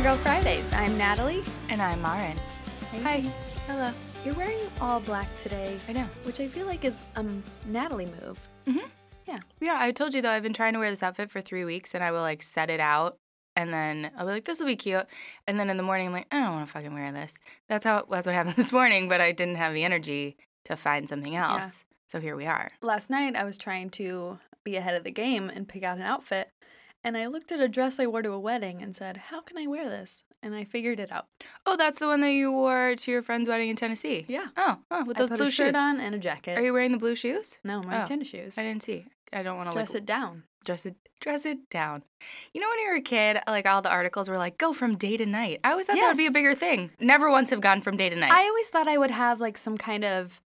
Girl Fridays. I'm Natalie. And I'm Marin. Hi. Hello. You're wearing all black today, I know. which I feel like is um Natalie move. Yeah. Yeah. I told you though, I've been trying to wear this outfit for three weeks and I will like set it out and then I'll be like, this will be cute. And then in the morning, I'm like, I don't want to fucking wear this. That's how, that's what happened this morning, but I didn't have the energy to find something else. So here we are. Last night I was trying to be ahead of the game and pick out an outfit, and I looked at a dress I wore to a wedding and said, "How can I wear this?" And I figured it out. Oh, that's the one that you wore to your friend's wedding in Tennessee. Yeah. Oh, oh with I those put blue a shirt shoes. on and a jacket. Are you wearing the blue shoes? no, I'm wearing Oh. tennis shoes. I didn't see. I don't want to like Dress it down. dress it dress it down. You know when you were a kid, like all the articles were like, go from day to night. I always thought that would be a Yes. bigger thing. Never once have gone from day to night. I always thought I would have like some kind of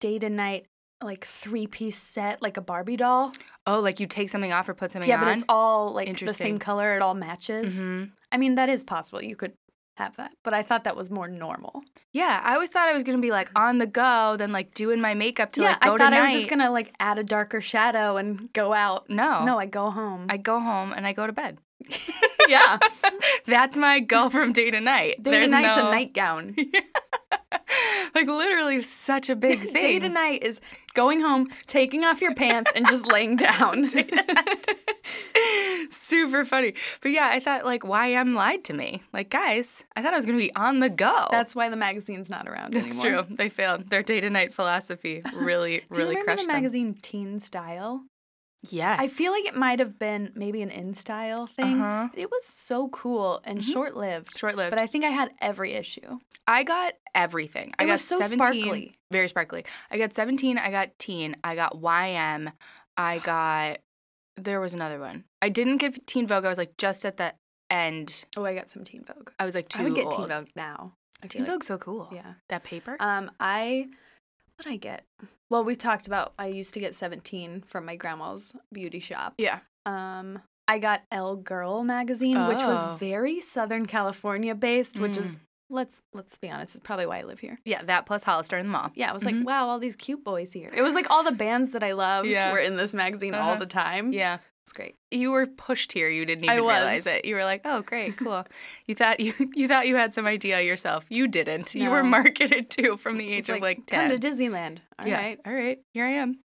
day to night like three piece set, like a Barbie doll. oh, like you take something off or put something yeah, on. but it's all like the same Interesting. color. It all matches. Mhm. I mean, that is possible. You could have that, but I thought that was more normal. Yeah, I always thought I was gonna be like on the go, then like doing my makeup to like I go thought to night. I was just gonna like add a darker shadow and go out. No, No, I go home. Oh. I go home and I go to bed. yeah, That's my go from day to night. day There's to night's no- a nightgown. like literally such a big thing. Day to night is going home, taking off your pants, and just laying down. Super funny. But yeah, I thought like YM lied to me. Like guys, I thought I was going to be on the go. That's why the magazine's not around That's anymore. true. They failed. Their day to night philosophy really Do you really remember crushed the them. magazine Teen Style? Yes. I feel like it might have been maybe an in style thing. Uh-huh. Mm-hmm. It was so cool and short lived, short-lived. but I think I had every issue. I got everything. I It got was so 17, sparkly. Very sparkly. I got 17, I got teen, I got YM, I got there was another one. I didn't get Teen Vogue. I was like just at the end. Oh, I got some Teen Vogue. I was like too I would get old. Teen Vogue now. I Teen feel Uh, like- Vogue's so cool. yeah. That paper? Um, I what did I get? Well, we talked about I used to get 17 from my grandma's beauty shop. yeah. Um, I got Elle Girl magazine, which was Oh. very Southern California based, which is Mm. let's let's be honest, it's probably why I live here. Yeah, that plus Hollister and the mall. Yeah, I was Mhm. like, wow, all these cute boys here. It was like all the bands that I loved Yeah. were in this magazine all Uh-huh. the time. Yeah. It's great. You were pushed here. You didn't I even was. realize it. You were like, "Oh, great, cool." you thought you you thought you had some idea yourself. You didn't. You were No. marketed to from the It's age of like ten. come to Disneyland. All right. yeah. All right. Here I am.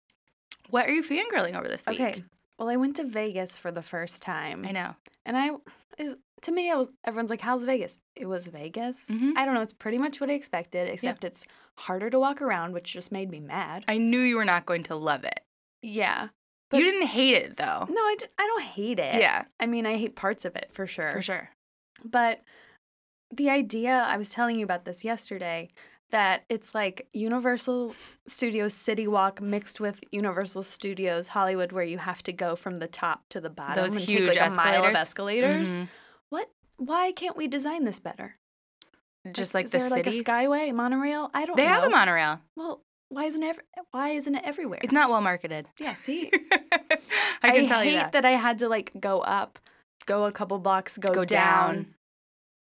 What are you fangirling over this week? Okay. Mm. Well, I went to Vegas for the first time. I know. And I, it, to me, I was, everyone's like, "How's Vegas?" It was Vegas. Mhm. I don't know. It's pretty much what I expected, except it's harder to walk around, which just made me mad. I knew you were not going to love it. yeah. But- you didn't hate it though. No, I, d- I don't hate it. yeah, I mean, I hate parts of it for sure. for sure. But the idea I was telling you about this yesterday that it's like Universal Studios City Walk mixed with Universal Studios Hollywood, where you have to go from the top to the bottom Those and huge take like a mile of escalators. escalators. Mhm. Why can't we design this better? Just like is the there city. like a skyway, monorail. I don't. they know. have a monorail. Well, why isn't it? ev- Why isn't it everywhere? It's not well marketed. Yeah. See, I can tell hate you that. I had to like go up, go a couple blocks, go, Go down. down.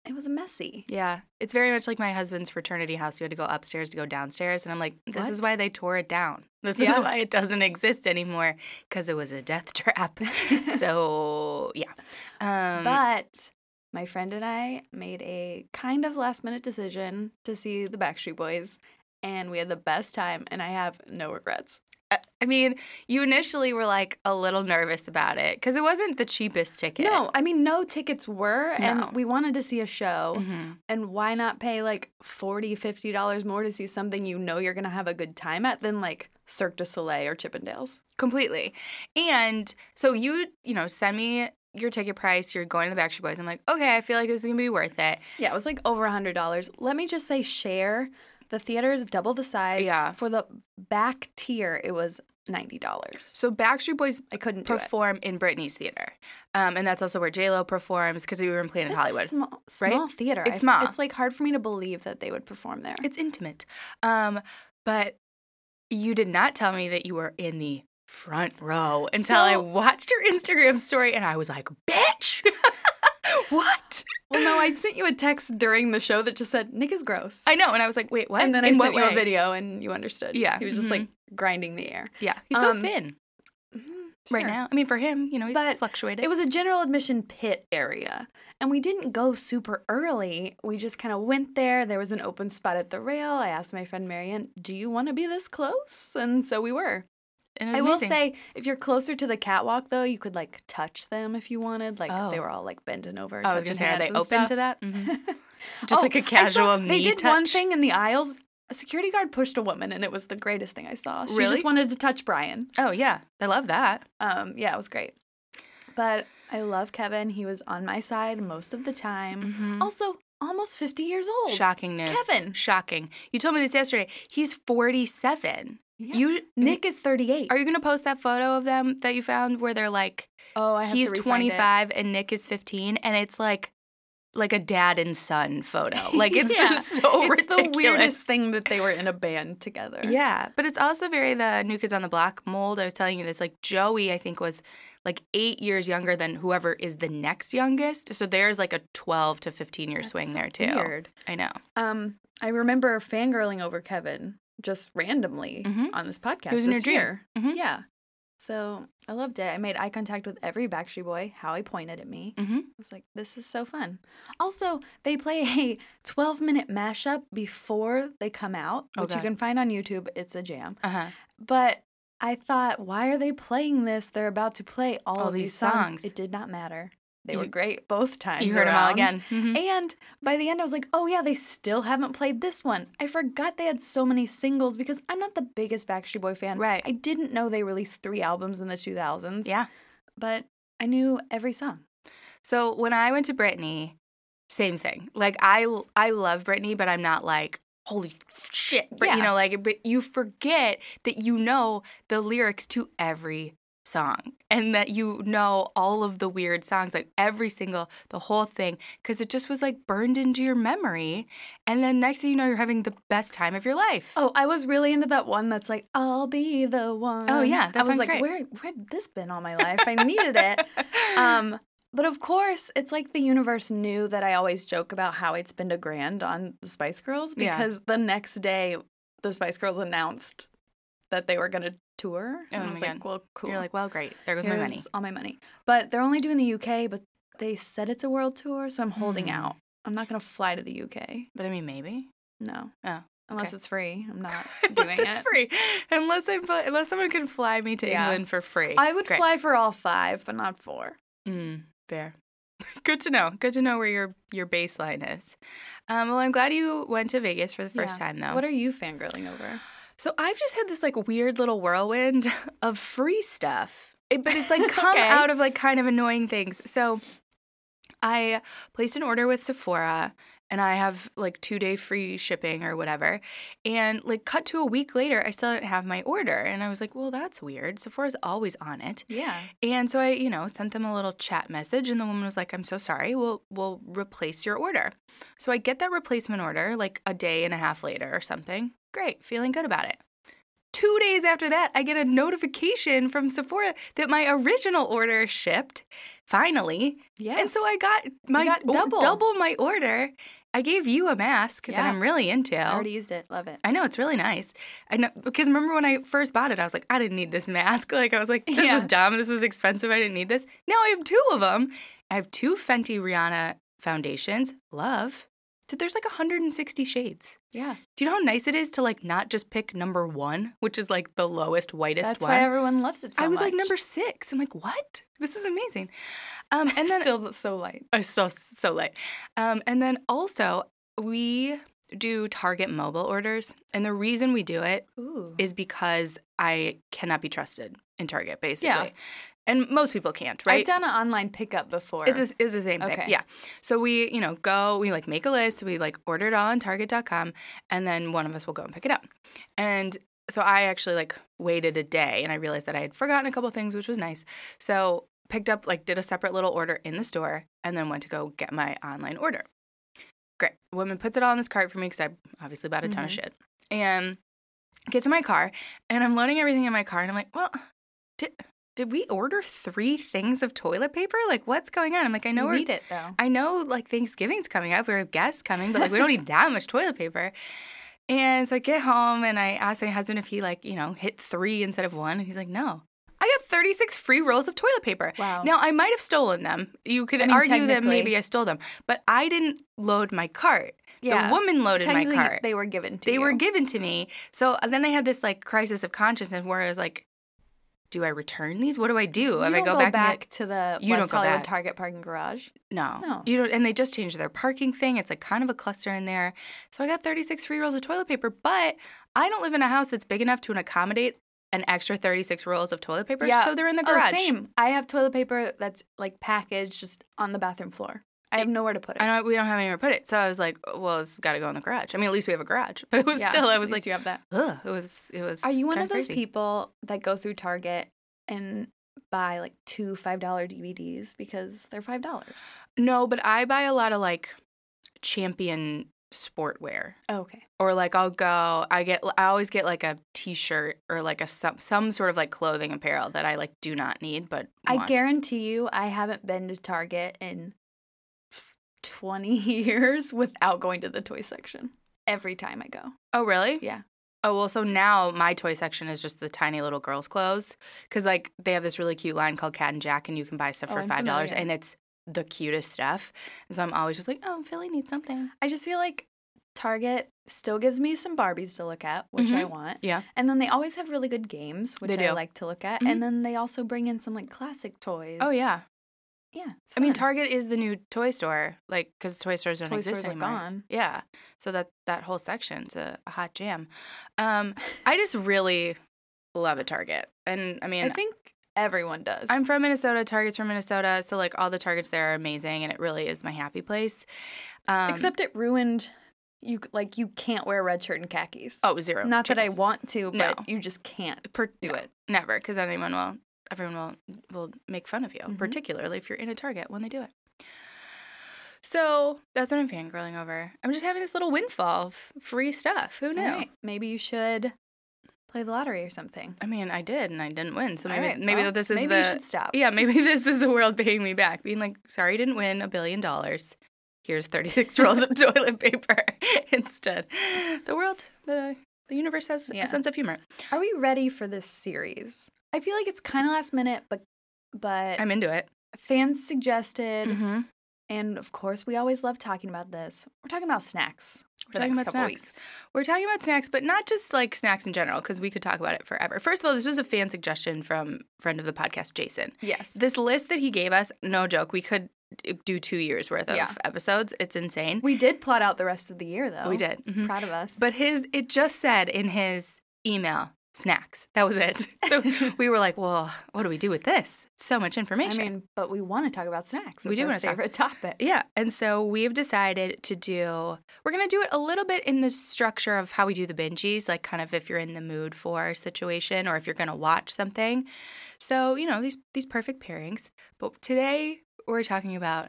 It was messy. Yeah. It's very much like my husband's fraternity house. You had to go upstairs to go downstairs. And I'm like, this is What? why they tore it down. This is Yeah. why it doesn't exist anymore because it was a death trap. so, yeah. Um, but my friend and I made a kind of last minute decision to see the Backstreet Boys, and we had the best time, and I have no regrets. I- I mean, you initially were like a little nervous about it because it wasn't the cheapest ticket. No, I mean, no tickets were, No. and we wanted to see a show. Mhm. and why not pay like 40 50 dollars more to see something you know you're gonna have a good time at than like cirque du soleil or chippendales Completely. And so you, you know, send me your ticket price. You're going to the Backstreet Boys. I'm like, okay, I feel like this is going to be worth it. yeah it was like over a hundred dollars let me just say share the theater is double the size Yeah. for the back tier it was 90 dollars So Backstreet Boys i couldn't do it perform in Britney's theater, um, and that's also where J Lo performs because we were in Planet It's a Hollywood. small, small theater It's I- small. it's like hard for me to believe that they would perform there It's intimate, um, but you did not tell me that you were in the front row until I So- watched your Instagram story, and I was like, "Bitch, what?" well no i sent you a text during the show that just said nick is gross I know, and I was like, "Wait, what?" and then In i what sent you way?" a video and you understood Yeah, he was just mhm. like grinding the air Yeah, he's so Um, thin. Mhm. right Sure. now. I mean, for him, you know, he's But fluctuated. It was a general admission pit area. And we didn't go super early. We just kind of went there. There was an open spot at the rail. I asked my friend Marianne, Do you want to be this close? And so we were. And it was I will amazing. say, if you're closer to the catwalk, though, you could like touch them if you wanted. Like Oh. they were all like bending over. I was touching gonna say, are they hands and open stuff. to that? Mhm. Just Oh, like a I saw- casual They knee did touch. one thing in the aisles. A security guard pushed a woman, and it was the greatest thing I saw. She Really? just wanted to touch Brian. Oh yeah, I love that. Um, yeah, it was great. But I love Kevin. He was on my side most of the time. Mhm. Also, almost 50 years old. Shockingness. Kevin. Shocking. You told me this yesterday. He's 47. Yeah. You Nick is 38. are you going to post that photo of them that you found where they're like oh, I have he's to refind it. 25 and Nick is 15 and it's like like a dad and son photo. Like it's Yeah. just so it's ridiculous. the weirdest thing that they were in a band together. Yeah, but it's also very the New Kids on the Block mold. I was telling you this, like Joey, I think was like eight years younger than whoever is the next youngest. So there's like a twelve to fifteen year That's swing so there too. Weird. I know. Um, I remember fangirling over Kevin just randomly Mhm. on this podcast. It was in your this dream. year. Mhm. Yeah. So I loved it. I made eye contact with every Backstreet Boy. Howie pointed at me. Mhm. I was like, this is so fun. Also, they play a 12 minute mashup before they come out, Oh, which you God. can find on YouTube. It's a jam. Uh huh. But I thought, why are they playing this? They're about to play all, All of these, these songs. songs. It did not matter. They You- were great both times. You heard them all around. again. Mhm. And by the end, I was like, oh, yeah, they still haven't played this one. I forgot they had so many singles because I'm not the biggest Backstreet Boy fan. Right. I didn't know they released three albums in the 2000s. Yeah. But I knew every song. So when I went to Britney, same thing. Like I I love Britney, but I'm not like holy shit. Brit-" You Yeah. know, like but you forget that you know the lyrics to every song and that you know all of the weird songs like every single the whole thing because it just was like burned into your memory and then next thing you know you're having the best time of your life Oh, I was really into that one that's like, I'll be the one. Oh, yeah, that I was sounds like, great. where where'd this been all my life? I needed it. Um, but of course, it's like the universe knew that I always joke about how I'd spend a grand on the Spice Girls Yeah. because the next day the Spice Girls announced that they were going to tour. Oh and I my was God. like, well, cool. you're like well great there goes my Here's money All my money. But they're only doing the UK, but they said it's a world tour, so I'm holding Hmm. out. I'm not going to fly to the UK. but i mean maybe No. Oh, Unless okay. it's free. I'm not doing unless it's it. free unless i fly- unless someone can fly me to Yeah. england for free I would Great. fly for all five, but not four. Mm, fair. Good to know. Good to know where your your baseline is. Um, well, I'm glad you went to Vegas for the first Yeah. time, though. What are you fangirling over? so I've just had this like weird little whirlwind of free stuff, It- but it's like come Okay. out of like kind of annoying things. So I placed an order with Sephora. And I have like two day free shipping or whatever. And like, cut to a week later, I still didn't have my order. And I was like, well, that's weird. Sephora's always on it. Yeah. And so I, you know, sent them a little chat message and the woman was like, "I'm so sorry. We'll we'll replace your order." So I get that replacement order like a day and a half later or something. Great, feeling good about it. 2 days after that, I get a notification from Sephora that my original order shipped finally. Yes. And so I got my got o- double. double my order. I gave you a mask that Yeah. I'm really into. I already used it. Love it. I know it's really nice. I know because remember when I first bought it, I was like, I didn't need this mask. Like I was like, this Yeah. was dumb. This was expensive. I didn't need this. Now I have two of them. I have two Fenty Rihanna foundations. Love. So there's like 160 shades. Yeah. Do you know how nice it is to like not just pick number one, which is like the lowest, whitest That's one? why everyone loves it so I was like much. number six. I'm like, what? This is amazing. Um, and then still so light. I was still so late. Um, and then also, we do Target mobile orders. And the reason we do it Ooh. is because I cannot be trusted in Target, basically. Yeah. And most people can't, right? I've done an online pickup before. It's the, it's the same thing. Okay. Yeah. So we, you know, go, we like make a list, we like order it all on target.com, and then one of us will go and pick it up. And so I actually like waited a day and I realized that I had forgotten a couple things, which was nice. So picked up, like, did a separate little order in the store and then went to go get my online order. Great. Woman puts it all in this cart for me because I obviously bought a ton of Mhm. shit. And get to my car and I'm loading everything in my car and I'm like, well, did, did we order three things of toilet paper? Like, what's going on? I'm like, I know you we're need it though. I know like Thanksgiving's coming up, we have guests coming, but like we don't need that much toilet paper. And so I get home and I ask my husband if he like, you know, hit three instead of one. And he's like, no. I I got 36 free rolls of toilet paper. Wow. Now, I might have stolen them. You could Oh. I mean, argue that technically. maybe I stole them, but I didn't load my cart. Yeah. The woman loaded my Technically, cart. they were given to They you. were given to me. So uh, then I had this like crisis of consciousness where I was like, do I return these? What do I do? You If don't I go, back, back, and be like, to the You don't West go Hollywood back. Target parking garage. No. No. You don't, and they just changed their parking thing. It's like kind of a cluster in there. So I got 36 free rolls of toilet paper, but I don't live in a house that's big enough to accommodate an extra 36 rolls of toilet paper. Yeah. So they're in the Oh, garage. same. I have toilet paper that's like packaged just on the bathroom floor. I have nowhere to put it. I know we don't have anywhere to put it. So I was like, "Oh, well, it's got to go in the garage. I mean, at least we have a garage. But it was Yeah, still, I at was least like, you have that. ugh, it was, it was. Are you one of kinda those crazy. people that go through Target and buy like two $5 DVDs because they're $5? No, but I buy a lot of like champion sportwear. Oh, okay. or like I'll go I get I always get like a t-shirt or like a some, some sort of like clothing apparel that I like do not need but I want. guarantee you, I haven't been to Target in f- 20 years without going to the toy section every time I go. Oh really? Yeah. Oh well so now my toy section is just the tiny little girls clothes cuz like they have this really cute line called Cat and Jack and you can buy stuff Oh, for I'm $5 familiar. and it's the cutest stuff. And so I'm always just like, "Oh, Philly needs something." I just feel like Target still gives me some Barbies to look at, which I want. Yeah. And then they always have really good games, which Mm-hmm. They I do. like to look at. Mhm. And then they also bring in some like classic toys. Oh yeah. Yeah. it's I mean fun. Target is the new toy store like cuz toy stores don't toy exist stores are anymore. gone. Yeah. So that that whole section's a, a hot jam. Um, I just really love a Target, and I mean, I think everyone does. I'm from Minnesota. Target's from Minnesota, so like all the Targets there are amazing, and it really is my happy place. Um, Except it ruined you. Like you can't wear a red shirt and khakis. oh, zero. Not that I chance. want to, No. but you just can't Per- do no, it. never, because anyone will, everyone will will make fun of you, Mhm. particularly if you're in a Target when they do it. So that's what I'm fangirling over. I'm just having this little windfall of free stuff. Who knew? All right, Maybe you should play the lottery or something. I mean, I did, and I didn't win. So All maybe right, maybe well, this is maybe the you should stop. Yeah, maybe this is the world paying me back, being like, sorry, you didn't win a billion dollars. Here's 36 rolls of toilet paper instead. The world, the, the universe has Yeah. a sense of humor. Are we ready for this series? I feel like it's kind of last minute, but but I'm into it. fans suggested, Mm-hmm. and of course we always love talking about this. We're talking about snacks. We're talking about snacks. We're talking about snacks, but not just like snacks in general, because we could talk about it forever. First of all, this was a fan suggestion from friend of the podcast, Jason. Yes. This list that he gave us, no joke, we could do two years worth of Yeah. episodes. It's insane. we did plot out the rest of the year though. We did. Mhm. Proud of us. But his it just said in his email snacks. That was it. So we were like, well, what do we do with this? So much I information. mean, but we want to talk about snacks. We It's do our wanna talk- favorite topic. yeah, and so we've decided to do. We're gonna do it a little bit in the structure of how we do the binges, like kind of if you're in the mood for a situation or if you're gonna watch something. So you know these these perfect pairings. But today we're talking about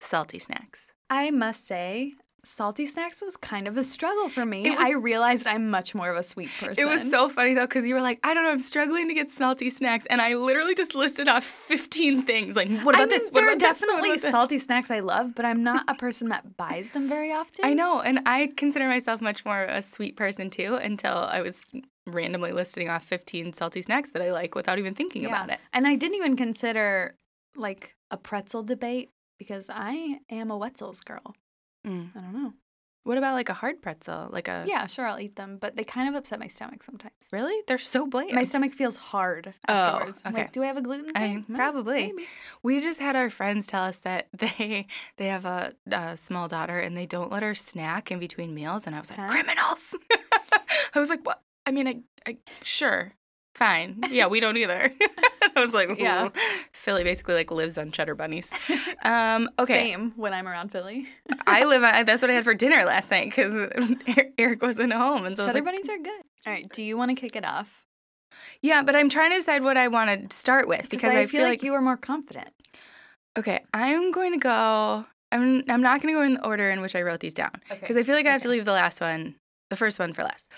salty snacks. I must say, salty snacks was kind of a struggle for me. It was- I realized I'm much more of a sweet person. It was so funny though, because you were like, I don't know, I'm struggling to get salty snacks. And I literally just listed off 15 things. Like, what about I mean, this? What There are about this? What definitely about this? salty snacks I love, but I'm not a person that buys them very often. I know. And I consider myself much more a sweet person too until I was randomly listing off 15 salty snacks that I like without even thinking Yeah. about it. And I didn't even consider like a pretzel debate because I am a Wetzel's girl. Mm. I don't know. What about like a hard pretzel? Like a. Yeah, sure, I'll eat them, but they kind of upset my stomach sometimes. Really? They're so bland. My stomach feels hard Oh, afterwards. I'm okay. Like, do I have a gluten I- thing? No, probably. maybe. We just had our friends tell us that they they have a, a small daughter and they don't let her snack in between meals, and I was like, Huh? criminals. I was like, what? I mean, I, I sure, fine, yeah, we don't either. I was like, Yeah. yeah, Philly basically like lives on cheddar bunnies. Um, okay, Same when I'm around Philly. I live. On, that's what I had for dinner last night because Eric wasn't home, and so I was Cheddar like, "Hmm." bunnies are good. All right, do you want to kick it off? yeah, but I'm trying to decide what I want to start with because I, feel like you were more confident. Okay, I'm going to go. I'm I'm not going to go in the order in which I wrote these down because I feel like I have to Okay. leave the last one, the first one for last.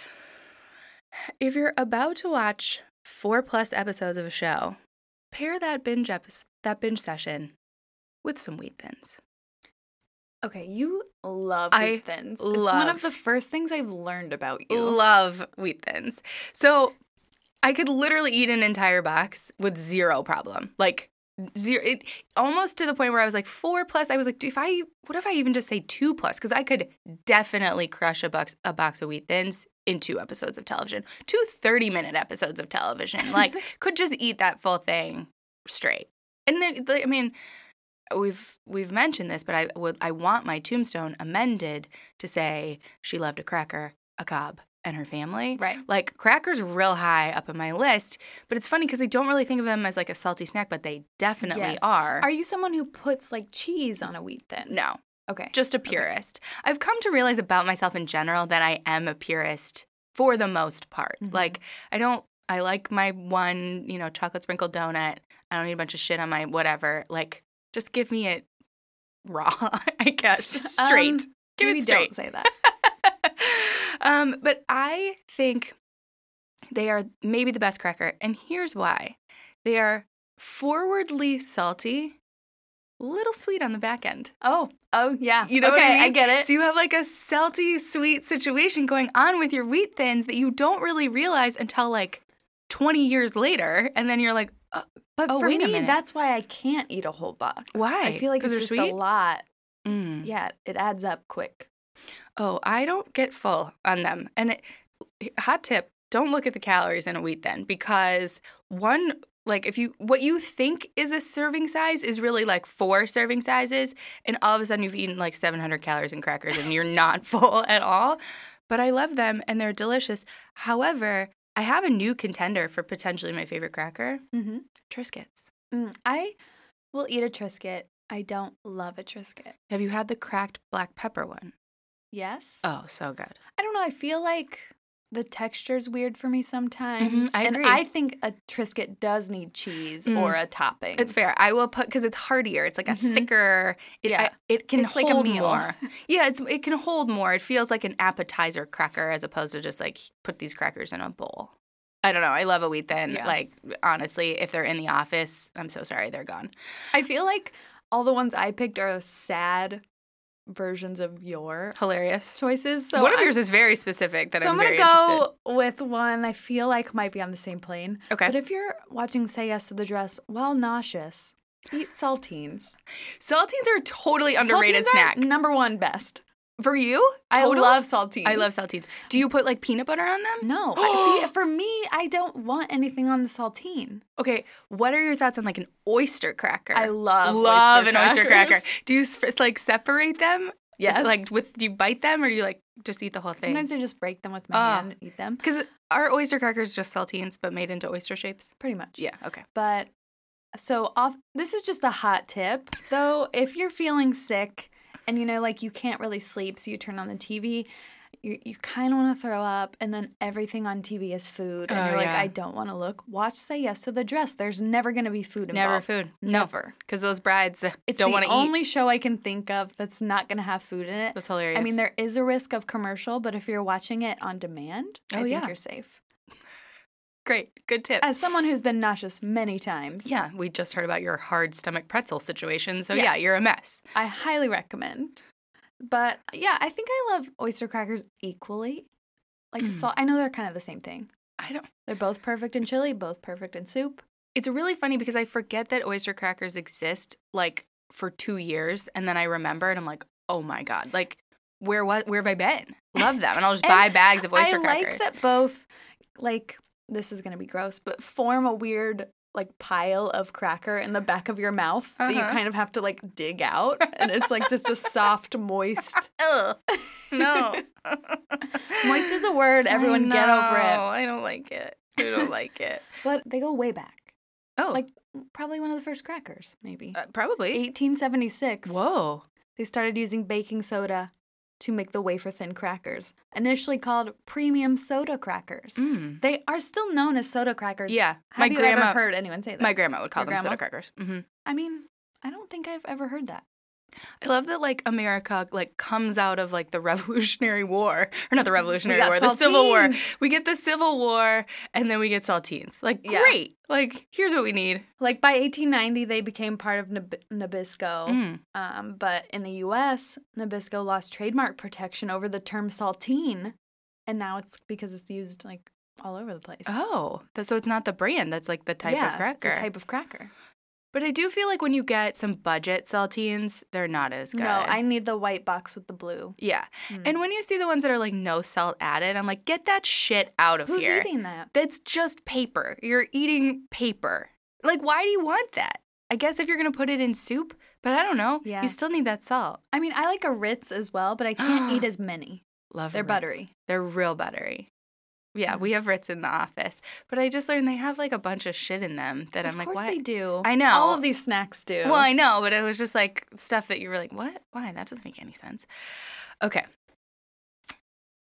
If you're about to watch four plus episodes of a show, pair that binge epis that binge session with some wheat thins. Okay, you love I wheat thins. it's one of love- the first things I've learned about you. Love wheat thins. So I could literally eat an entire box with zero problem. Like zero, it, almost to the point where I was like four plus. I was like, do- if I what if I even just say two plus? Because I could definitely crush a box a box of wheat thins in two episodes of television, two 30 minute episodes of television. Like could just eat that full thing straight. And then the, I mean. We've we've mentioned this, but I would I want my tombstone amended to say she loved a cracker, a cob, and her family. Right. Like crackers real high up on my list, but it's funny because I don't really think of them as like a salty snack, but they definitely Yes. are. Are you someone who puts like cheese on a wheat thin? no, Okay. just a purist. I've come to realize about myself in general that I am a purist for the most part. Mhm. Like I don't I like my one, you know, chocolate sprinkled donut. I don't need a bunch of shit on my whatever. Like just give me it raw, I guess. Straight. Um, give Maybe it straight. don't say that. um, but I think they are maybe the best cracker. And here's why they are forwardly salty, little sweet on the back end. Oh, oh yeah. You know what okay, I I mean? get it. So you have like a salty, sweet situation going on with your wheat thins that you don't really realize until like 20 years later. And then you're like, uh, But Oh, for wait a me, minute. that's why I can't eat a whole box. I Why? feel like 'Cause it's just they're a sweet? lot. mm. Yeah, it adds up quick. Oh, I don't get full on them. And it, hot tip, don't look at the calories in a wheat then because one like if you what you think is a serving size is really like four serving sizes and all of a sudden you've eaten like 700 calories in crackers and you're not full at all. But I love them and they're delicious. However, I have a new contender for potentially my favorite cracker, Mm-hmm. Triscuits. Mm, I will eat a Triscuit. I don't love a Triscuit. Have you had the cracked black pepper one? Yes. Oh, so good. I don't know. I feel like the texture's weird for me sometimes. Mhm, I and agree. I think a Triscuit does need cheese Mm. or a topping. It's fair. I will put because it's heartier. It's like a Mhm. thicker. It, Yeah. I- it can It's like hold a meal. more. yeah, it's it can hold more. It feels like an appetizer cracker as opposed to just like put these crackers in a bowl. I don't know. I love a wheat thin. Yeah. Like honestly, if they're in the office, I'm so sorry they're gone. I feel like all the ones I picked are sad versions of your Hilarious. choices. So one of I'm- yours is very specific that so I'm, I'm very gonna interested. go with one I feel like might be on the same plane. Okay. But if you're watching Say Yes to the Dress while nauseous, eat saltines. Saltines are a totally underrated Saltines are snack. number one best. For you? Total? I love saltines. I love saltines. Do you put like peanut butter on them? No, I- see, for me, I don't want anything on the saltine. Okay, what are your thoughts on like an oyster cracker? I love love oyster an oyster cracker. crackers. Do you sp- like separate them? Yes. Like with do you bite them or do you like just eat the whole thing? Sometimes I just break them with my Ah. hand and eat them. because are oyster crackers just saltines but made into oyster shapes? Pretty much. Yeah. Okay. But so off this is just a hot tip though if you're feeling sick and you know like you can't really sleep so you turn on the TV you, you kind of want to throw up and then everything on TV is food and Oh, you're like yeah. I don't want to look watch say yes to the dress there's never going to be food Never involved food. No. never Because those brides uh, it's don't the want to eat. only show I can think of that's not going to have food in it That's hilarious. I mean there is a risk of commercial but if you're watching it on demand I Oh, think yeah. you're safe great. Good tip. as someone who's been nauseous many times yeah, we just heard about your hard stomach pretzel situation. So yeah, Yes. you're a mess. I highly recommend. But yeah, I think I love oyster crackers equally. Like Mm. salt, I know they're kind of the same thing. I don't. They're both perfect in chili, both perfect in soup. It's really funny because I forget that oyster crackers exist like for two years, and then I remember, and I'm like, oh my god, like where was where have I been? Love them, and I'll just And buy bags of oyster I crackers. like that both. Like this is gonna be gross, but form a weird like pile of cracker in the back of your mouth that you Uh-huh. kind of have to like dig out, and it's like just a soft, moist. Ugh. No. Moist is a word. Everyone get over it. I don't like it. I don't like it. But they go way back. Oh, Like probably one of the first crackers, maybe. uh, probably. 1876. Whoa. they started using baking soda to make the wafer thin crackers, initially called premium soda crackers. Mm. They are still known as soda crackers. Yeah, Have my you grandma. ever heard anyone say that? my grandma would call Your them grandma? soda crackers. hmm I mean, I don't think I've ever heard that. I love that like America like comes out of like the Revolutionary War or not the Revolutionary got War, the Civil War. saltines. We get the Civil War and then we get saltines. Like Yeah. great. Like here's what we need. Like by 1890, they became part of Nab- Nabisco. Mm. Um, but in the US, Nabisco lost trademark protection over the term saltine. And now it's because it's used like all over the place. Oh, th- so it's not the brand. That's like the type Yeah, of cracker. It's a type of cracker. but I do feel like when you get some budget saltines, they're not as good. No, I need the white box with the blue. Yeah. Mm. And when you see the ones that are like no salt added, I'm like, get that shit out of Who's here. eating that? That's just paper. You're eating paper. Like, why do you want that? I guess if you're gonna put it in soup, but I don't know. Yeah. You still need that salt. I mean, I like a Ritz as well, but I can't eat as many. Love They're Ritz. buttery. They're real buttery. Yeah, Mm-hmm. we have Ritz in the office, but I just learned they have like a bunch of shit in them that of I'm like, course what? they do. I know. All of these snacks do. Well, I know, but it was just like stuff that you were like, what? Why? That doesn't make any sense. Okay.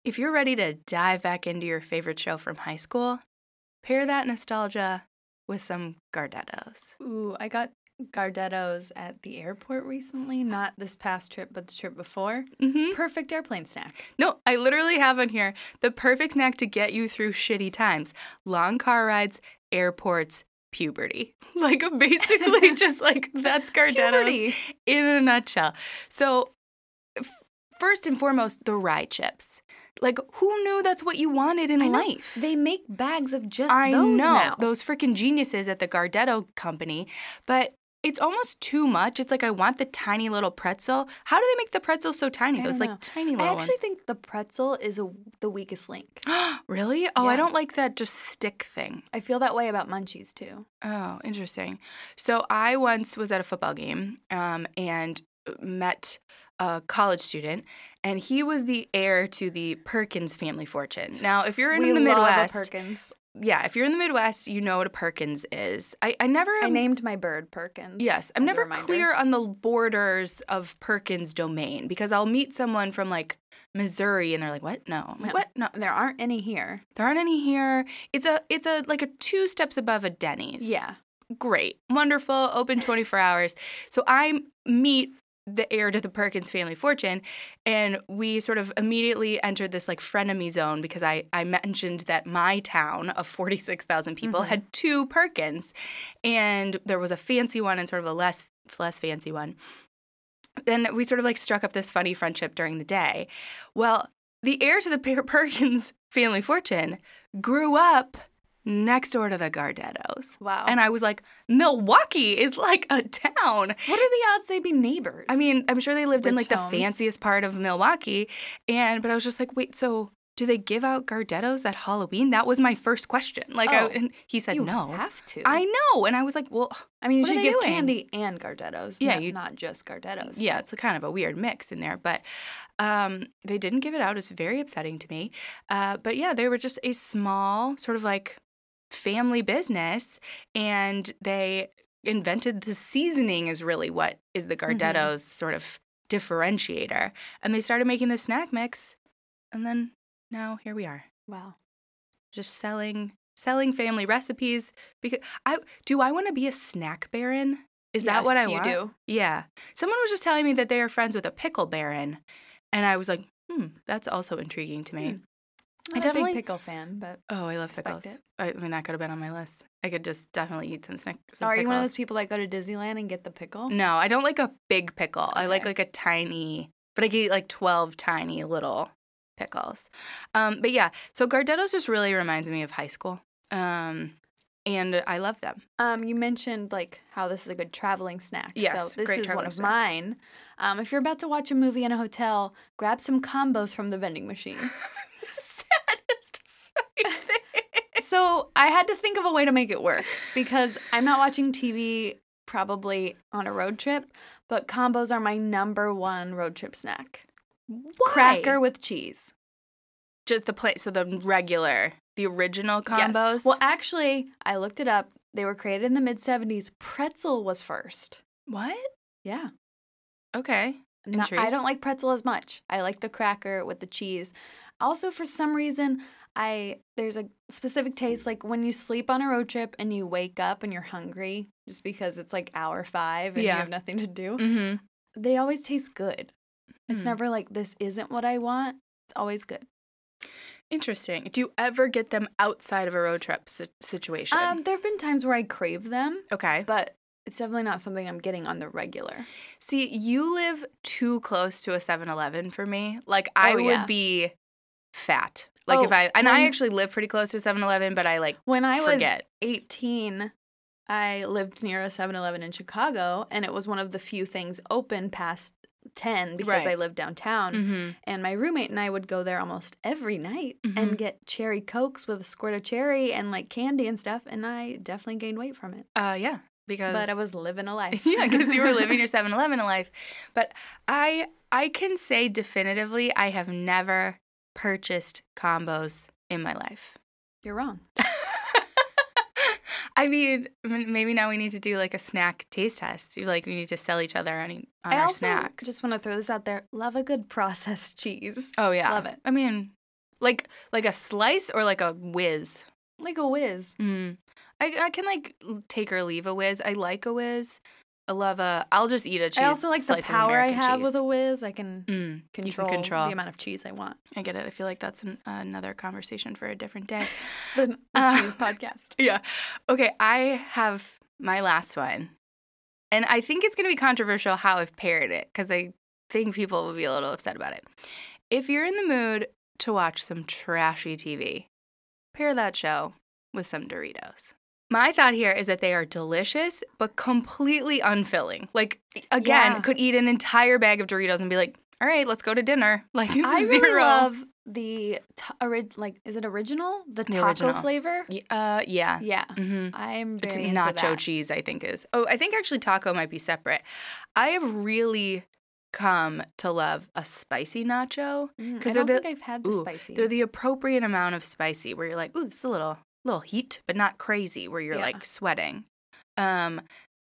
If you're ready to dive back into your favorite show from high school, pair that nostalgia with some Gardettos. Ooh, I got Gardettos at the airport recently. Not this past trip, but the trip before. Mm-hmm. Perfect airplane snack. No, I literally have on here the perfect snack to get you through shitty times long car rides, airports, puberty. Like, basically, just like that's Gardettos. Puberty. in a nutshell. So, f- first and foremost, the rye chips. Like, who knew that's what you wanted in I know. life? They make bags of just I those know now. those freaking geniuses at the Gardetto company, but it's almost too much. It's like I want the tiny little pretzel. How do they make the pretzel so tiny? I Those don't like know. tiny I little actually think the pretzel is a, the weakest link. ones. really? Oh, I Yeah. don't like that just stick thing. I feel that way about munchies too. Oh, interesting. So I once was at a football game um, and met a college student, and he was the heir to the Perkins family fortune. Now, if you're in we the love Midwest, a Perkins. yeah, if you're in the Midwest, you know what a Perkins is. I, I never. I am- named my bird Perkins. Yes, I'm as a never reminder. clear on the borders of Perkins domain because I'll meet someone from like Missouri and they're like, "What? No, I'm like, No. what? No, There aren't any here. there aren't any here." It's a it's a like a two steps above a Denny's Yeah. great, wonderful, open 24 hours. So I meet the heir to the Perkins family fortune, and we sort of immediately entered this like frenemy zone because I, I mentioned that my town of 46,000 people Mhm. had two Perkins, and there was a fancy one and sort of a less less fancy one. Then we sort of like struck up this funny friendship during the day. Well, the heir to the Per- Perkins family fortune grew up next door to the Gardettos. Wow. And I was like, Milwaukee is like a town. what are the odds they'd be neighbors? I mean, I'm sure they lived in Rich like the homes. fanciest part of Milwaukee. And, but I was just like, wait, so do they give out Gardettos at Halloween? That was my first question. Like, I, Oh. and he said, you no. have to. I know. And I was like, well, I mean, you What are should they give doing? candy and Gardettos. Yeah, Yeah, not, you- not just Gardettos. yeah, it's a kind of a weird mix in there, but um, they didn't give it out. It's very upsetting to me. Uh, but yeah, they were just a small sort of like family business, and they invented the seasoning is really what is the Mhm. Gardettos sort of differentiator, and they started making the snack mix, and then now here we are, Wow. just selling selselling family recipes. Because I do I want to be a snack baron? Is that what I Yes, you want? do? Yeah. Someone was just telling me that they are friends with a pickle baron. And I was like, hmm, that's also intriguing to me. Hmm. I I'm not definitely- a big pickle fan, but Oh, I love Respect pickles. I I mean, that could have been on my list. I could just definitely eat some snack. Some are you one of pickles. those people that go to Disneyland and get the pickle? No, I don't like a big pickle. I like Okay. like a tiny, but I could eat like 12 tiny little pickles. Um, but yeah, so Gardetto's just really reminds me of high school. Um, and I love them. Um, you mentioned like how this is a good traveling snack. Yes, so this great is traveling one of snack. mine. Um, if you're about to watch a movie in a hotel, grab some combos from the vending machine. Saddest fucking thing. so I had to think of a way to make it work because I'm not watching TV probably on a road trip, but combos are my number one road trip snack. Why? Cracker with cheese. Just the plain, so the regular, the original Yes. combos. Well, actually, I looked it up. They were created in the mid 70s. Pretzel was first. what? Yeah. Okay. No, I Intrigued. don't like pretzel as much. I like the cracker with the cheese. Also, for some reason, I there's a specific taste like when you sleep on a road trip and you wake up and you're hungry just because it's like hour five and Yeah. you have nothing to do. Mm-hmm. They always taste good. It's Hmm. never like this isn't what I want. It's always good. Interesting. Do you ever get them outside of a road trip si- situation? Um, there have been times where I crave them, okay. but it's definitely not something I'm getting on the regular. See, you live too close to a 7 Eleven for me. Like, I Oh, yeah. would be fat. Like Oh, if I and I when- actually live pretty close to 7-Eleven, but I like When I was forget. 18, I lived near a 7 Eleven in Chicago, and it was one of the few things open past 10 because Right. I lived downtown. hmm And my roommate and I would go there almost every night Mm-hmm. and get cherry cokes with a squirt of cherry and like candy and stuff. And I definitely gained weight from it. Uh, yeah, because Mm-hmm. But I was living a life. yeah, because you were living your 7-Eleven life. But I I can say definitively I have never purchased combos in my life. You're wrong. I mean, m- maybe now we need to do like a snack taste test. You- Like we need to sell each other on, e- on I our also snacks. just want to throw this out there. Love a good processed cheese, oh yeah, love it. I mean, like like a slice or like a whiz. like a whiz. Mm. I I can like l- take or leave a whiz. I like a whiz. I love a. I'll just eat a cheese. I also like the slice of power I American have cheese. with a whiz. I can Mm. You can control, control. the amount of cheese I want. I get it. I feel like that's an, another conversation for a different day. The, the Uh, cheese podcast. yeah. Okay. I have my last one. And I think it's going to be controversial how I've paired it because I think people will be a little upset about it. If you're in the mood to watch some trashy TV, pair that show with some Doritos. My thought here is that they are delicious, but completely unfilling. Like, e, again, Yeah. could eat an entire bag of Doritos and be like, all right, let's go to dinner. Like, I zero. really love the t- ori- like is it original the, The taco original. flavor? Y- Uh, yeah. Yeah, Mm-hmm. I'm very It's into nacho that. cheese, I think is. Oh, I think actually taco might be separate. I have really come to love a spicy nacho. Mm, 'Cause I they're don't the- think I've had the Ooh, spicy. They're the appropriate amount of spicy where you're like, ooh, it's a little little heat, but not crazy where you're Yeah. like sweating. Um,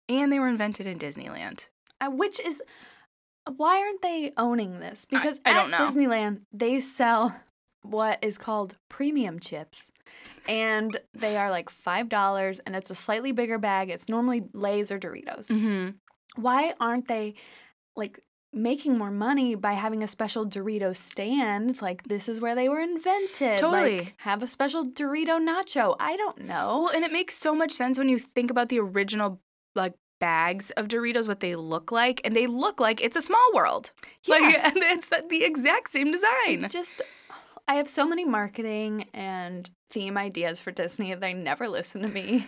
and they were invented in Disneyland. Uh, which is why aren't they owning this? Because I at don't know. Disneyland they sell what is called premium chips. And they are like five dollars and it's a slightly bigger bag. It's normally Lay's or Doritos. Mm-hmm. Why aren't they like making more money by having a special Dorito stand? Like this is where they were invented. Totally. Like, have a special Dorito nacho. I don't know. Well, and it makes so much sense when you think about the original like bags of Doritos, what they look like, and they look like it's a small world. Like and it's the, the exact same design. It's just I have so many marketing and theme ideas for Disney and they never listen to me.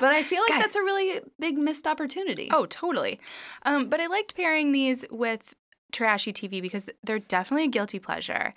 but I feel like that's a Guys. really big missed opportunity. Oh, totally. Um, but I liked pairing these with trashy TV because they're definitely a guilty pleasure.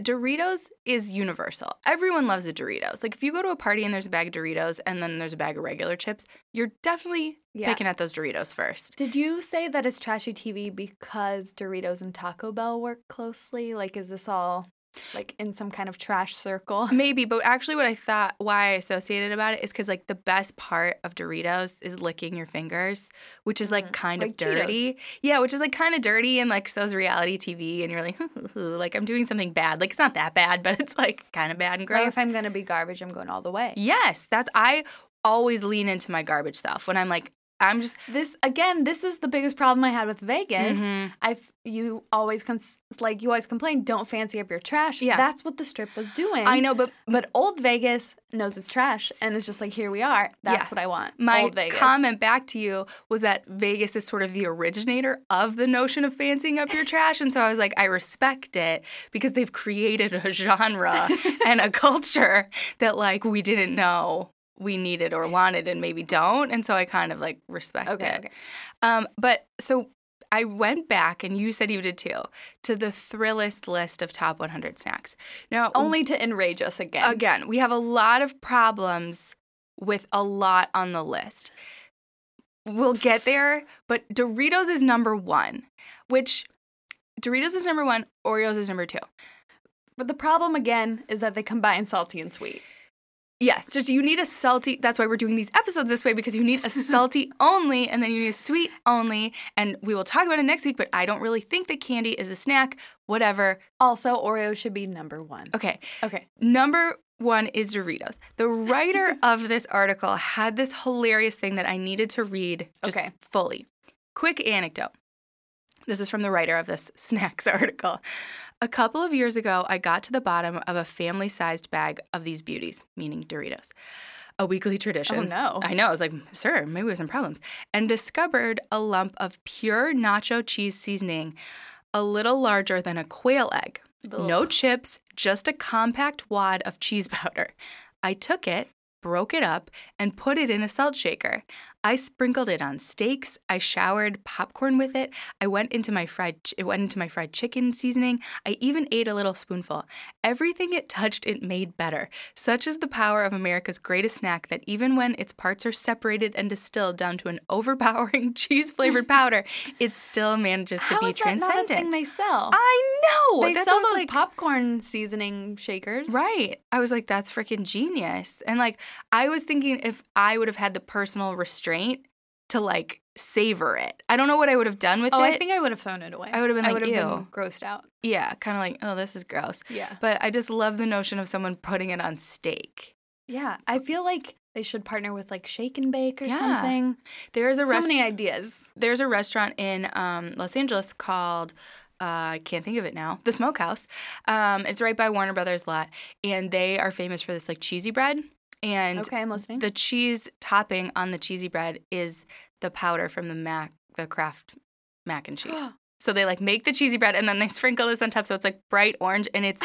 Doritos is universal. Everyone loves the Doritos. Like if you go to a party and there's a bag of Doritos and then there's a bag of regular chips, you're definitely yeah. picking at those Doritos first. Did you say that it's trashy TV because Doritos and Taco Bell work closely? Like is this all like in some kind of trash circle? Maybe, but actually what I thought why I associated about it is cuz like the best part of Doritos is licking your fingers, which is like Mhm. kind of Like Cheetos. dirty. Yeah, which is like kind of dirty and like so is reality TV and you're like like I'm doing something bad. Like it's not that bad, but it's like kind of bad and Or gross. if I'm gonna be garbage, I'm going all the way. Yes, that's I always lean into my garbage stuff when I'm like I'm just This again, this is the biggest problem I had with Vegas. Mhm. I've you always cons- like you always complain, don't fancy up your trash. Yeah. that's what the strip was doing. I know, but But old Vegas knows it's trash and it's just like, here we are. That's what I want. my old Vegas. comment back to you was that Vegas is sort of the originator of the notion of fancying up your trash, and so I was like, I respect it because they've created a genre and a culture that like we didn't know we needed or wanted, and maybe don't, and so I kind of like respect Okay, it. okay. Um, but so I went back, and you said you did too, to the Thrillist list of top 100 snacks. Now, Only to enrage us again. again, we have a lot of problems with a lot on the list. We'll get there, but Doritos is number one, which Doritos is number one, Oreos is number two. But the problem again is that they combine salty and sweet. Yes, just you need a salty. That's why we're doing these episodes this way because you need a salty only, and then you need a sweet only. And we will talk about it next week, but I don't really think that candy is a snack. Whatever. Also, Oreo should be number one. Okay. Okay. Number one is Doritos. The writer of this article had this hilarious thing that I needed to read just Okay. fully. Quick anecdote. This is from the writer of this snacks article. A couple of years ago, I got to the bottom of a family sized bag of these beauties, meaning Doritos, a weekly tradition. Oh no. I know. I was like, sir, maybe we have some problems. And discovered a lump of pure nacho cheese seasoning, a little larger than a quail egg. No Ugh. chips, just a compact wad of cheese powder. I took it, broke it up, and put it in a salt shaker. I sprinkled it on steaks. I showered popcorn with it. I went into my fried ch- it went into my fried chicken seasoning. I even ate a little spoonful. Everything it touched it made better. Such is the power of America's greatest snack that even when its parts are separated and distilled down to an overpowering cheese flavored powder, it still manages to How be is that not a transcendent. thing they sell? I know. they That's sell almost those like- popcorn seasoning shakers. Right. I was like, that's freaking genius. And like, I was thinking if I would have had the personal restraint to like savor it, I don't know what I would have done with Oh, it. I think I would have thrown it away. I would've been I like, would have been "Ew." grossed out. yeah, kind of like, oh, this is gross. Yeah. But I just love the notion of someone putting it on steak. Yeah. I feel like they should partner with like Shake and Bake or Yeah. something. There is a So restaurant. many ideas. there's a restaurant in um, Los Angeles called uh, I can't think of it now. The Smokehouse. Um, it's right by Warner Brothers lot, and they are famous for this like cheesy bread. And Okay, I'm listening. the cheese topping on the cheesy bread is the powder from the mac, the Kraft mac and cheese. so they like make the cheesy bread and then they sprinkle this on top, so it's like bright orange and it's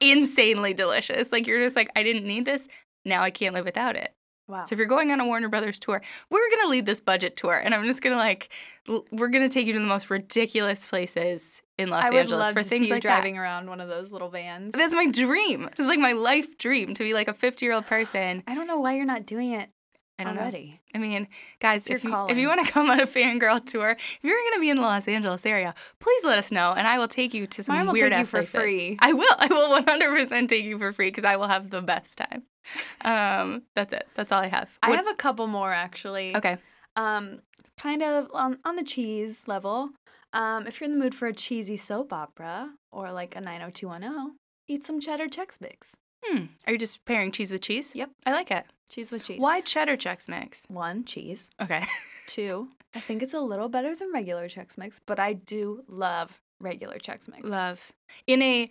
insanely delicious. Like you're just like, I didn't need this. Now I can't live without it. wow. So if you're going on a Warner Brothers tour, we're gonna lead this budget tour, and I'm just gonna like, l- we're gonna take you to the most ridiculous places in Los I would Angeles love for to things see you like driving around one of those little vans. that. That's my dream. It's like my life dream to be like a 50 year old person. I don't know why you're not doing it I don't know. already. I mean, guys, your if you, if calling. you want to come on a fangirl tour, if you're going to be in the Los Angeles area, please let us know, and I will take you to some Mine will weird take you ass for places. free. I will. I will 100% take you for free because I will have the best time. Um, that's it. That's all I have. I What- have a couple more actually. okay. Um, kind of on, on the cheese level. Um, if you're in the mood for a cheesy soap opera or like a 90210, eat some cheddar Chex Mix. Hmm. Are you just pairing cheese with cheese? Yep. I like it. Cheese with cheese. Why cheddar Chex Mix? One, cheese. Okay. Two, I think it's a little better than regular Chex Mix, but I do love regular Chex Mix. Love. In a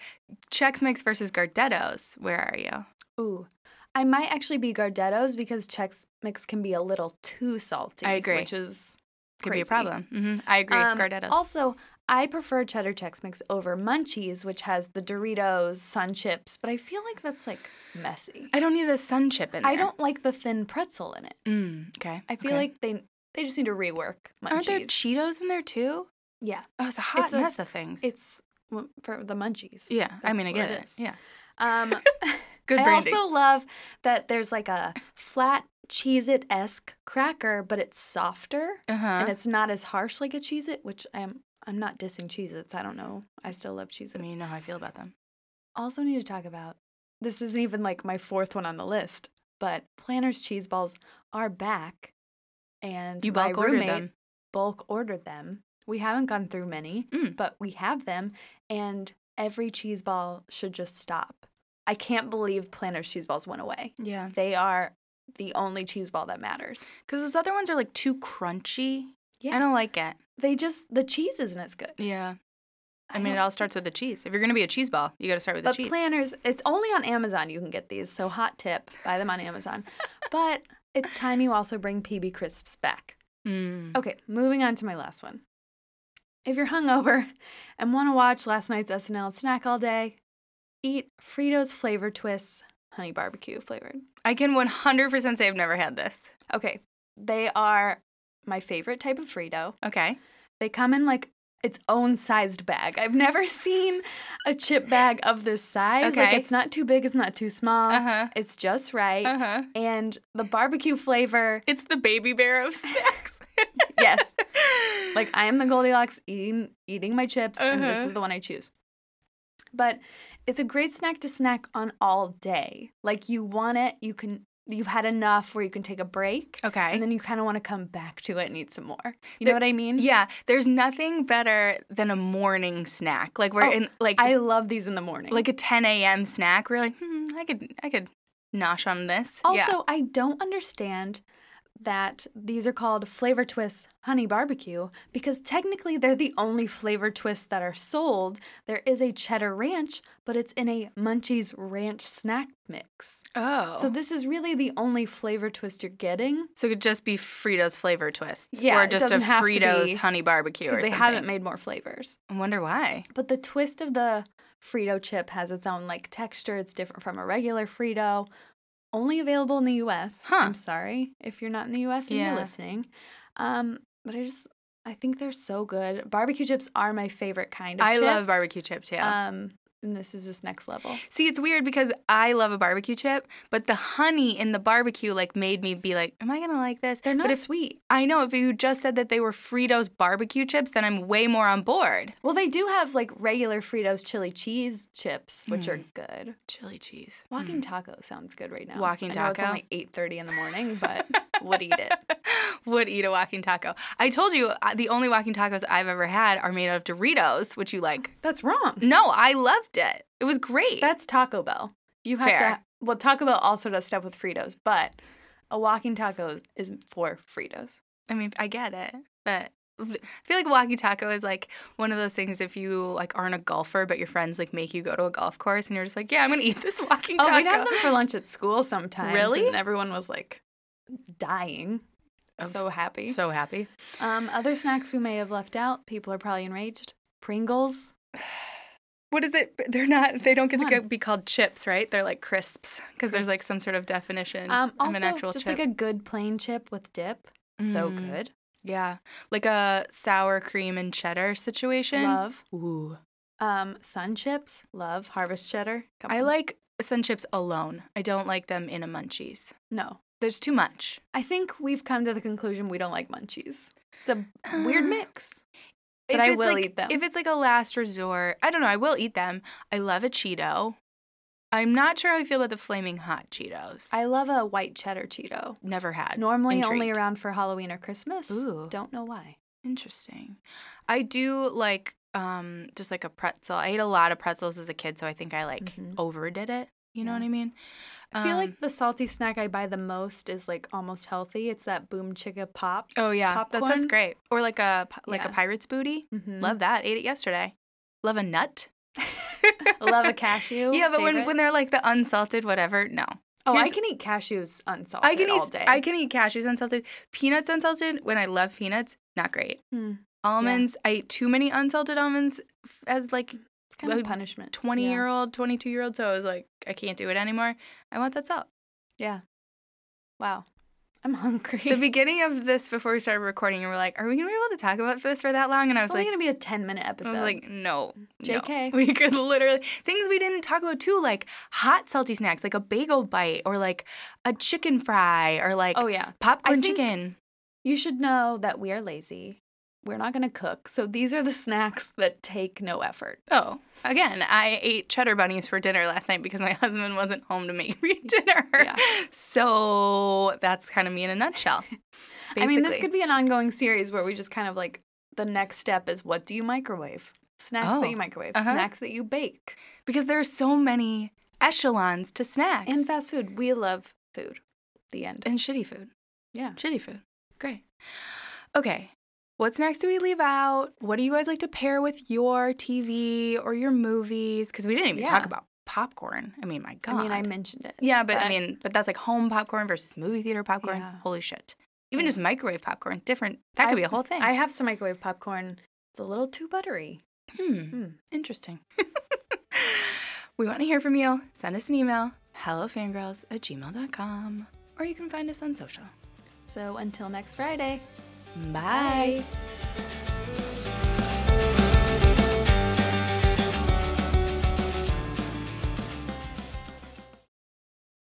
Chex Mix versus Gardetto's, where are you? Ooh. I might actually be Gardetto's because Chex Mix can be a little too salty. I agree. Which is Could be a Crazy. problem. hmm I agree. Um, Gardetto's. Also, I prefer cheddar Chex Mix over Munchies, which has the Doritos, Sun Chips, but I feel like that's like messy. I don't need the sun chip in there. I don't like the thin pretzel in it. Mm, okay. I feel okay. like they they just need to rework Munchies. Aren't there Cheetos in there too? yeah, Oh, it's a hot It's a- mess of things. it's w- for the Munchies. yeah, I that's mean, I what get it it. is. Yeah, Um, good I branding. also love that there's like a flat Cheez It esque cracker, but it's softer uh and huh. it's not as harsh like a Cheez It, which I'm I'm not dissing Cheez Its. I don't know. I still love Cheez Its. I mean, you know how I feel about them. also need to talk about this isn't even like my fourth one on the list, but Planner's cheese balls are back, and You my bulk ordered roommate them. bulk ordered them. We haven't gone through many, Mm. but we have them, and every cheese ball should just stop. I can't believe Planner's cheese balls went away. Yeah, They are the only cheese ball that matters. because those other ones are like too crunchy. Yeah. I don't like it. They just the cheese isn't as good. Yeah, I, mean, it don't- all starts with the cheese. If you're gonna be a cheese ball, you got to start with But the cheese. planners, it's only on Amazon you can get these. So hot tip, buy them on Amazon. but it's time you also bring PB crisps back. Mm. Okay, moving on to my last one. If you're hungover and want to watch last night's SNL and snack all day, eat Fritos flavor twists, honey barbecue flavored. I can 100% say I've never had this. Okay, they are my favorite type of Frito. Okay. They come in like its own sized bag. I've never seen a chip bag of this size. Like Okay. it's not too big, it's not too small. Uh huh. It's just right. Uh huh. And the barbecue flavor, It's the baby bear of snacks. yes. Like I am the Goldilocks eating eating my chips, and this Uh-huh. is the one I choose. But it's a great snack to snack on all day. Like you want it, you can you've had enough where you can take a break. okay. And then you kind of want to come back to it and eat some more. You know There- what I mean? Yeah, there's nothing better than a morning snack. Like we're Oh, in like I love these in the morning. like a 10 a.m. snack. We're like, hmm, I could I could nosh on this. also, yeah. I don't understand that these are called flavor twists honey barbecue because technically they're the only flavor twists that are sold. There is a cheddar ranch, but it's in a Munchies ranch snack mix. oh, So so this is really the only flavor twist you're getting so it could just be Fritos flavor twist, Yeah, or it just a doesn't have to Fritos be- honey barbecue, or because they something. haven't made more flavors. I wonder why. But the twist of the Frito chip has its own like texture. It's different from a regular Frito. Only available in the U.S. Huh. I'm sorry if you're not in the U.S. and Yeah. you're listening. Um, but I just I think they're so good. Barbecue chips are my favorite kind of I chip. love barbecue chips, yeah. Um, and this is just next level. See, it's weird because I love a barbecue chip, but the honey in the barbecue like made me be like, "Am I gonna like this?" They're not But if sweet. I know if you just said that they were Fritos barbecue chips, then I'm way more on board. Well, they do have like regular Fritos chili cheese chips, which are Mm. good. Chili cheese. Hmm. Walking taco sounds good right now. Mm. Walking I know It's taco? only eight thirty in the morning, but would eat it. Would eat a walking taco. I told you uh, the only walking tacos I've ever had are made out of Doritos, which you like. That's wrong. No, I loved it. It was great. That's Taco Bell. You have to. Fair. Well, Taco Bell also does stuff with Fritos, but a walking taco is for Fritos. I mean, I get it, but I feel like a walkie taco is like one of those things if you like aren't a golfer, but your friends like make you go to a golf course, and you're just like, yeah, I'm gonna eat this walking Oh, taco. we'd have them for lunch at school sometimes. Really? And everyone was like dying. Of- so happy. so happy. Um, other snacks we may have left out. People are probably enraged. Pringles. What is it? They're not. They don't get Come to on. go- be called chips, right? They're like crisps because there's like Crisps. some sort of definition Um, also, of an actual just chip. like a good plain chip with dip. So Mm. good. yeah, like a sour cream and cheddar situation. Love. Ooh, Um, sun chips. Love. Harvest cheddar. Come I on. like sun chips alone. I don't like them in a munchies. No. There's too much. I think we've come to the conclusion we don't like munchies. It's a weird Uh, mix. But I it's will like- eat them. If it's like a last resort, I don't know. I will eat them. I love a Cheeto. I'm not sure how I feel about the flaming hot Cheetos. I I love a white cheddar Cheeto. never had. Normally only Intrigued. around for Halloween or Christmas. Ooh. Don't know why. Interesting. I do like um just like a pretzel. I ate a lot of pretzels as a kid, so I think I like Mhm. overdid it. You know Yeah. what I mean? I feel Um, like the salty snack I buy the most is like almost healthy. It's that Boom Chicka Pop. oh yeah, that sounds popcorn. great. Or like a pi- like Yeah. a pirate's booty. Mhm. Love that. Ate it yesterday. Love a nut. Love a cashew. Yeah, but when, favorite. when they're like the unsalted whatever, no. oh, I here's- can eat cashews unsalted I can eat all day. I can eat cashews unsalted, peanuts unsalted. When I love peanuts, not great. Hmm. Almonds, I ate too many unsalted almonds f- as like It's kind of Well, punishment. twenty Yeah. year old, twenty two year old. So I was like, I can't do it anymore. I want that salt. Yeah. Wow. I'm hungry. The beginning of this, before we started recording, you were like, "Are we gonna be able to talk about this for that long?" And I was it's only like, gonna be a ten minute "I episode. was like, no, no. JK. We could literally things we didn't talk about too, like hot salty snacks, like a bagel bite, or like a chicken fry, or like oh yeah. popcorn I think- chicken." You should know that we are lazy. We're not gonna cook. So these are the snacks that take no effort. Oh, again, I ate cheddar bunnies for dinner last night because my husband wasn't home to make me dinner. Yeah. So that's kind of me in a nutshell. Basically. I mean, this could be an ongoing series where we just kind of like the next step is what do you microwave? Snacks Oh. that you microwave, Uh-huh. snacks that you bake. because there are so many echelons to snacks And fast food. We love food. The end. and shitty food. Yeah. Shitty food. Great. Okay. What snacks do we leave out? What do you guys like to pair with your TV or your movies? Because we didn't even Yeah. talk about popcorn. I mean, my God. I mean, I mentioned it. Yeah, but, I but- mean, but that's like home popcorn versus movie theater popcorn. Yeah. Holy shit. Even Yeah. just microwave popcorn, different. That I- could be a whole thing. I have some microwave popcorn. It's a little too buttery. hmm. Hmm. Interesting. we want to hear from you. Send us an email, hellofangirls at gmail.com, or you can find us on social. So until next Friday. Bye.